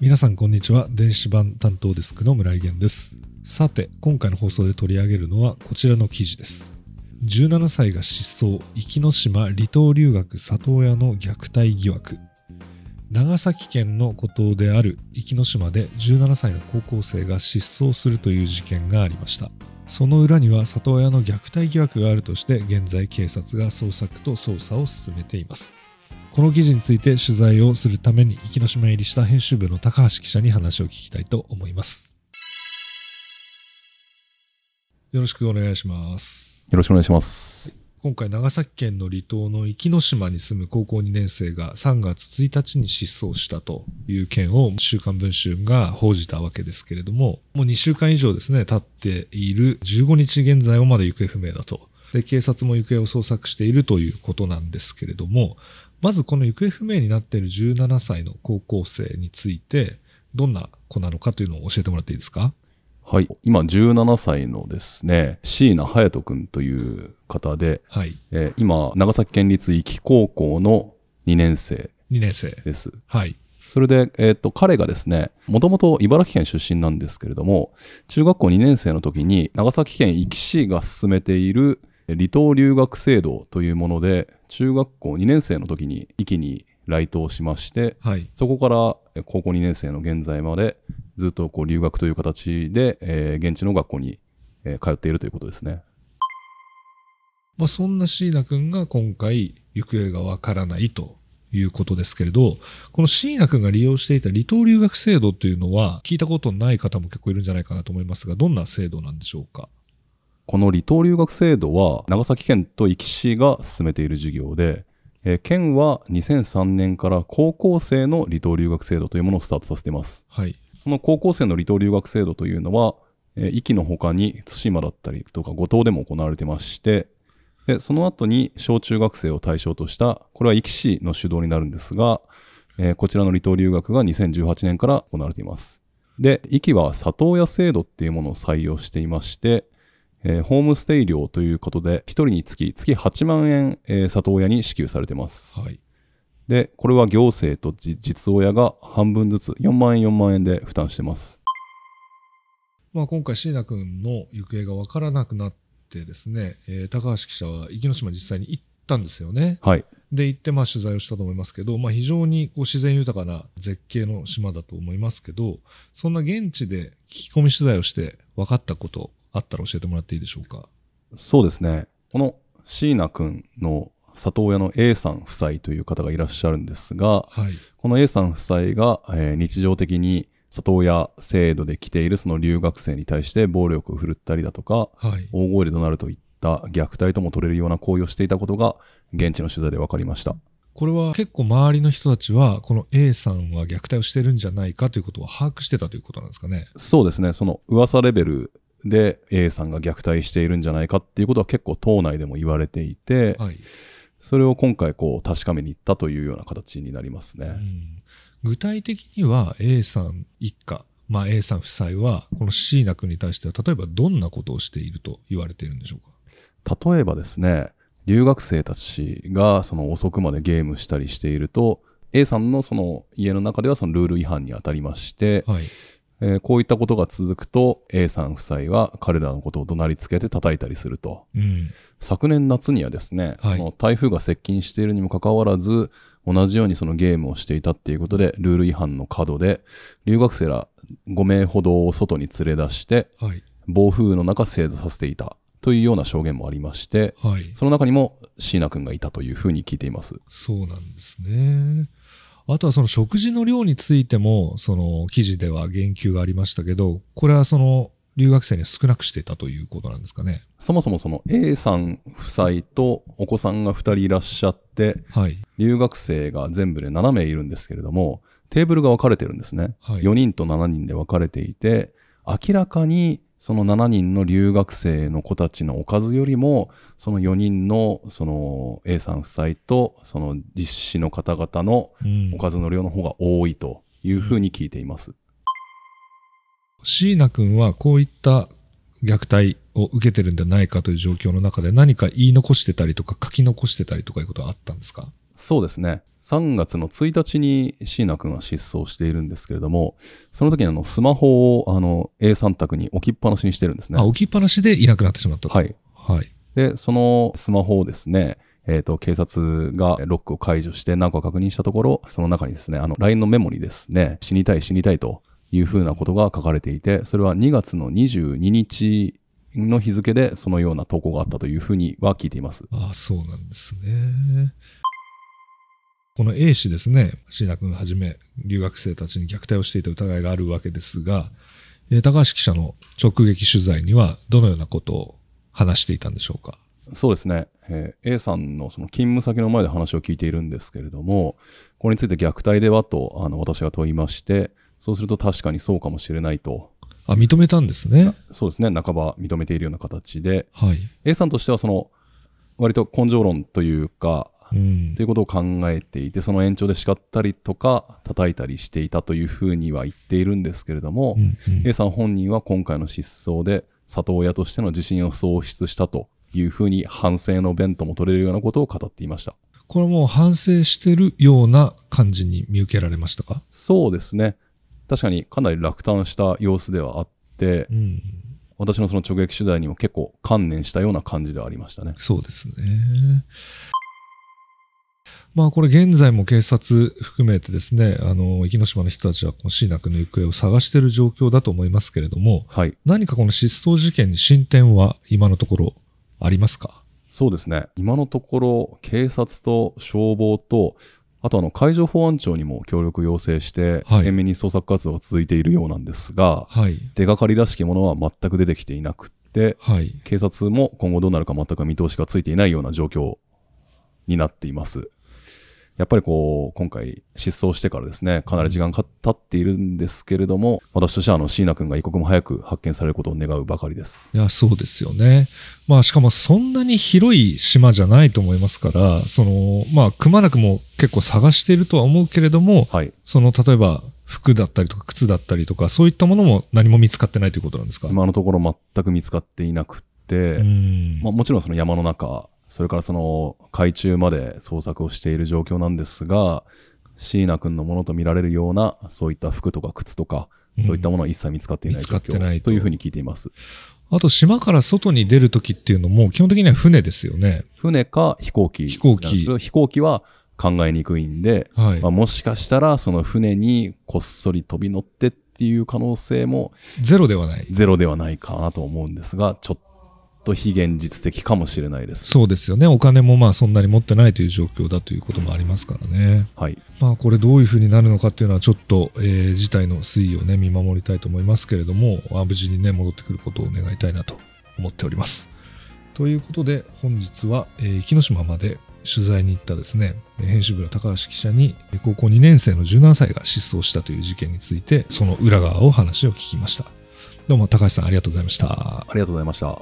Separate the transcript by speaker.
Speaker 1: 皆さんこんにちは電子版担当デスクの村井源ですさて今回の放送で取り上げるのはこちらの記事です17歳が失踪壱岐島離島留学里親の虐待疑惑長崎県の孤島である壱岐島で17歳の高校生が失踪するという事件がありましたその裏には里親の虐待疑惑があるとして現在警察が捜索と捜査を進めていますこの記事について取材をするために壱岐島入りした編集部の高橋記者に話を聞きたいと思いますよろしくお願いします
Speaker 2: よろしくお願いします。
Speaker 1: 今回長崎県の離島の壱岐島に住む高校2年生が3月1日に失踪したという件を週刊文春が報じたわけですけれども、もう2週間以上ですね、経っている15日現在もまだ行方不明だと。で、警察も行方を捜索しているということなんですけれども、まずこの行方不明になっている17歳の高校生について、どんな子なのかというのを教えてもらっていいですか
Speaker 2: はい。今、17歳のですね、椎名隼人君という方で、
Speaker 1: はい。
Speaker 2: えー今、長崎県立壱岐高校の2年生
Speaker 1: 2年生。
Speaker 2: です。
Speaker 1: はい。
Speaker 2: それで、えっ、と、彼がですね、もともと茨城県出身なんですけれども、中学校2年生の時に、長崎県壱岐市が進めている離島留学制度というもので、中学校2年生の時に壱岐に来島しまして、
Speaker 1: はい。
Speaker 2: そこからえー高校2年生の現在までずっとこう留学という形で、えー現地の学校に、えー通っているということですね。
Speaker 1: まあ、そんな椎名くんが今回行方がわからないということですけれど、この椎名くんが利用していた離島留学制度というのは聞いたことない方も結構いるんじゃないかなと思いますが、どんな制度なんでしょうか
Speaker 2: この離島留学制度は長崎県と壱岐市が進めている事業で、えー県は2003年から高校生の離島留学制度というものをスタートさせています。
Speaker 1: はい。
Speaker 2: この高校生の離島留学制度というのは、えー壱岐の他に対馬だったりとか五島でも行われてまして、でその後に小中学生を対象とした、これは壱岐市の主導になるんですが、えーこちらの離島留学が2018年から行われています。で、壱岐は里親制度っていうものを採用していまして、えーホームステイ料ということで、1人につき月8万円、えー里親に支給されてます。
Speaker 1: はい。
Speaker 2: で、これは行政とじ実親が半分ずつ4万円4万円で負担してます。
Speaker 1: まあ、今回椎名くんの行方がわからなくなってですね、えー高橋記者は池之島実際に行ったんですよね。
Speaker 2: はい。
Speaker 1: で、行ってまあ取材をしたと思いますけど、まあ、非常にこう自然豊かな絶景の島だと思いますけど、そんな現地で聞き込み取材をして分かったことあったら教えてもらっていいでしょうか。
Speaker 2: そうですね。この椎名くんの里親の A さん夫妻という方がいらっしゃるんですが、
Speaker 1: はい。
Speaker 2: この A さん夫妻が、えー日常的に里親制度で来ているその留学生に対して暴力を振るったりだとか、
Speaker 1: はい。
Speaker 2: 大声で怒鳴るといった虐待とも取れるような行為をしていたことが現地の取材で分かりました。
Speaker 1: これは結構周りの人たちは、この A さんは虐待をしてるんじゃないかということを把握してたということなんですかね。
Speaker 2: そうですね、その噂レベルで A さんが虐待しているんじゃないかっていうことは結構党内でも言われていて、
Speaker 1: はい。
Speaker 2: それを今回こう確かめに行ったというような形になります
Speaker 1: う
Speaker 2: ね。
Speaker 1: ん、具体的には A さん一家、まあ、A さん夫妻は、この椎名君に対しては、例えばどんなことをしていると言われているんでしょうか。
Speaker 2: 例えばですね、留学生たちがその遅くまでゲームしたりしていると、A さんのその家の中ではそのルール違反に当たりまして、
Speaker 1: はい。
Speaker 2: えーこういったことが続くと A さん夫妻は彼らのことを怒鳴りつけて叩いたりすると。
Speaker 1: うん。
Speaker 2: 昨年夏にはですね、
Speaker 1: はい
Speaker 2: その台風が接近しているにもかかわらず、同じようにそのゲームをしていたっていうことで、ルール違反の角で、留学生ら5名ほどを外に連れ出して、
Speaker 1: はい。
Speaker 2: 暴風雨の中正座させていたというような証言もありまして、
Speaker 1: はい。
Speaker 2: その中にも椎名くんがいたというふうに聞いています。
Speaker 1: そうなんですね。あとはその食事の量についても、その記事では言及がありましたけど、これはその留学生には少なくしていたということなんですかね。
Speaker 2: そもそもその A さん夫妻とお子さんが2人いらっしゃって、
Speaker 1: はい。
Speaker 2: 留学生が全部で7名いるんですけれども、テーブルが分かれてるんですね。
Speaker 1: はい。
Speaker 2: 4人と7人で分かれていて明らかにその7人の留学生の子たちのおかずよりもその4人のその A さん夫妻とその実施の方々の
Speaker 1: うん
Speaker 2: おかずの量の方が多いというふうに聞いています。
Speaker 1: 椎名君はこういった虐待を受けてるんじゃないかという状況の中で何か言い残してたりとか書き残してたりとかいうことはあったんですか
Speaker 2: そうですね。 3月の1日に椎名くんは失踪しているんですけれども、その時にあのスマホをあの A3 択に置きっぱなしにしてるんですね。
Speaker 1: あ、置きっぱなしでいなくなってしまったと。
Speaker 2: はい。
Speaker 1: はい。
Speaker 2: で、そのスマホをですね、えー、と警察がロックを解除して何個か確認したところ、その中にですね、あの LINE のメモにですね、死にたい死にたいというふうなことが書かれていて、それは2月の22日の日付でそのような投稿があったというふうには聞いています。
Speaker 1: あ、そうなんですね。この A 氏ですね、椎名君はじめ留学生たちに虐待をしていた疑いがあるわけですが、えー高橋記者の直撃取材にはどのようなことを話していたんでしょうか。
Speaker 2: そうですね、えー A さんのその勤務先の前で話を聞いているんですけれども、これについて虐待ではとあの私が問いまして、そうすると確かにそうかもしれないと、
Speaker 1: あ、認めたんですね。
Speaker 2: そうですね、半ば認めているような形で、
Speaker 1: はい。
Speaker 2: A さんとしてはその、割と根性論というか、
Speaker 1: うん
Speaker 2: とい。うことを考えていて、その延長で叱ったりとか、叩いたりしていたというふうには言っているんですけれども、
Speaker 1: うんうん
Speaker 2: A さん本人は今回の失踪で里親としての自信を喪失したというふうに反省の弁とも取れるようなことを語っていました
Speaker 1: これもう反省してるような感じに見受けられましたか
Speaker 2: そうですね確かにかなり落胆した様子ではあって
Speaker 1: うん。
Speaker 2: 私のその直撃取材にも結構観念したような感じではありましたね
Speaker 1: そうですね。まあこれ現在も警察含めてですね、あの、壱岐島の人たちはこの椎名君の行方を探している状況だと思いますけれども、
Speaker 2: はい
Speaker 1: 何かこの失踪事件に進展は今のところありますか
Speaker 2: そうですね今のところ警察と消防とあとあの海上保安庁にも協力要請して
Speaker 1: はい
Speaker 2: 懸命に捜索活動が続いているようなんですが
Speaker 1: はい。
Speaker 2: 手がかりらしきものは全く出てきていなくって
Speaker 1: はい。
Speaker 2: 警察も今後どうなるか全く見通しがついていないような状況になっています。やっぱりこう、今回失踪してからですね、かなり時間が経っているんですけれども、私としてはあの、椎名くんが一刻も早く発見されることを願うばかりです。
Speaker 1: いや、そうですよね。まあ、しかもそんなに広い島じゃないと思いますから、その、まあ、くまなくも結構探しているとは思うけれども、
Speaker 2: はい。
Speaker 1: その、例えば、服だったりとか、靴だったりとか、そういったものも何も見つかってないということなんですか、
Speaker 2: 今のところ全く見つかっていなくって、
Speaker 1: うん。
Speaker 2: まあ、もちろんその山の中、それからその海中まで捜索をしている状況なんですが、椎名くんのものと見られるような、そういった服とか靴とか、そういったものは一切見つかっていない
Speaker 1: 見つ
Speaker 2: 状
Speaker 1: かってない
Speaker 2: 況
Speaker 1: と
Speaker 2: というふうに聞いています。
Speaker 1: あと、島から外に出るときっていうのも、基本的には船ですよね。
Speaker 2: 船か飛行機
Speaker 1: 飛行機
Speaker 2: なんですけど飛行機は考えにくいんで、
Speaker 1: はい
Speaker 2: まあ、。もしかしたらその船にこっそり飛び乗ってっていう可能性も
Speaker 1: ゼロではない。
Speaker 2: ゼロではないかなと思うんですがちょっと非現実的かもしれないです。
Speaker 1: そうですよね。お金もまあ、そんなに持ってないという状況だということもありますからね。
Speaker 2: はい、
Speaker 1: まあ、これどういうふうになるのかっていうのはちょっと、えー事態の推移をね見守りたいと思いますけれどもまあ無事にね戻ってくることを願いたいなと思っております。ということで本日は、えー、木島まで取材に行ったですねえー編集部の高橋記者にえー高校2年生の17歳が失踪したという事件についてその裏側を話を聞きました。どうも高橋さんありがとうございました。
Speaker 2: ありがとうございました。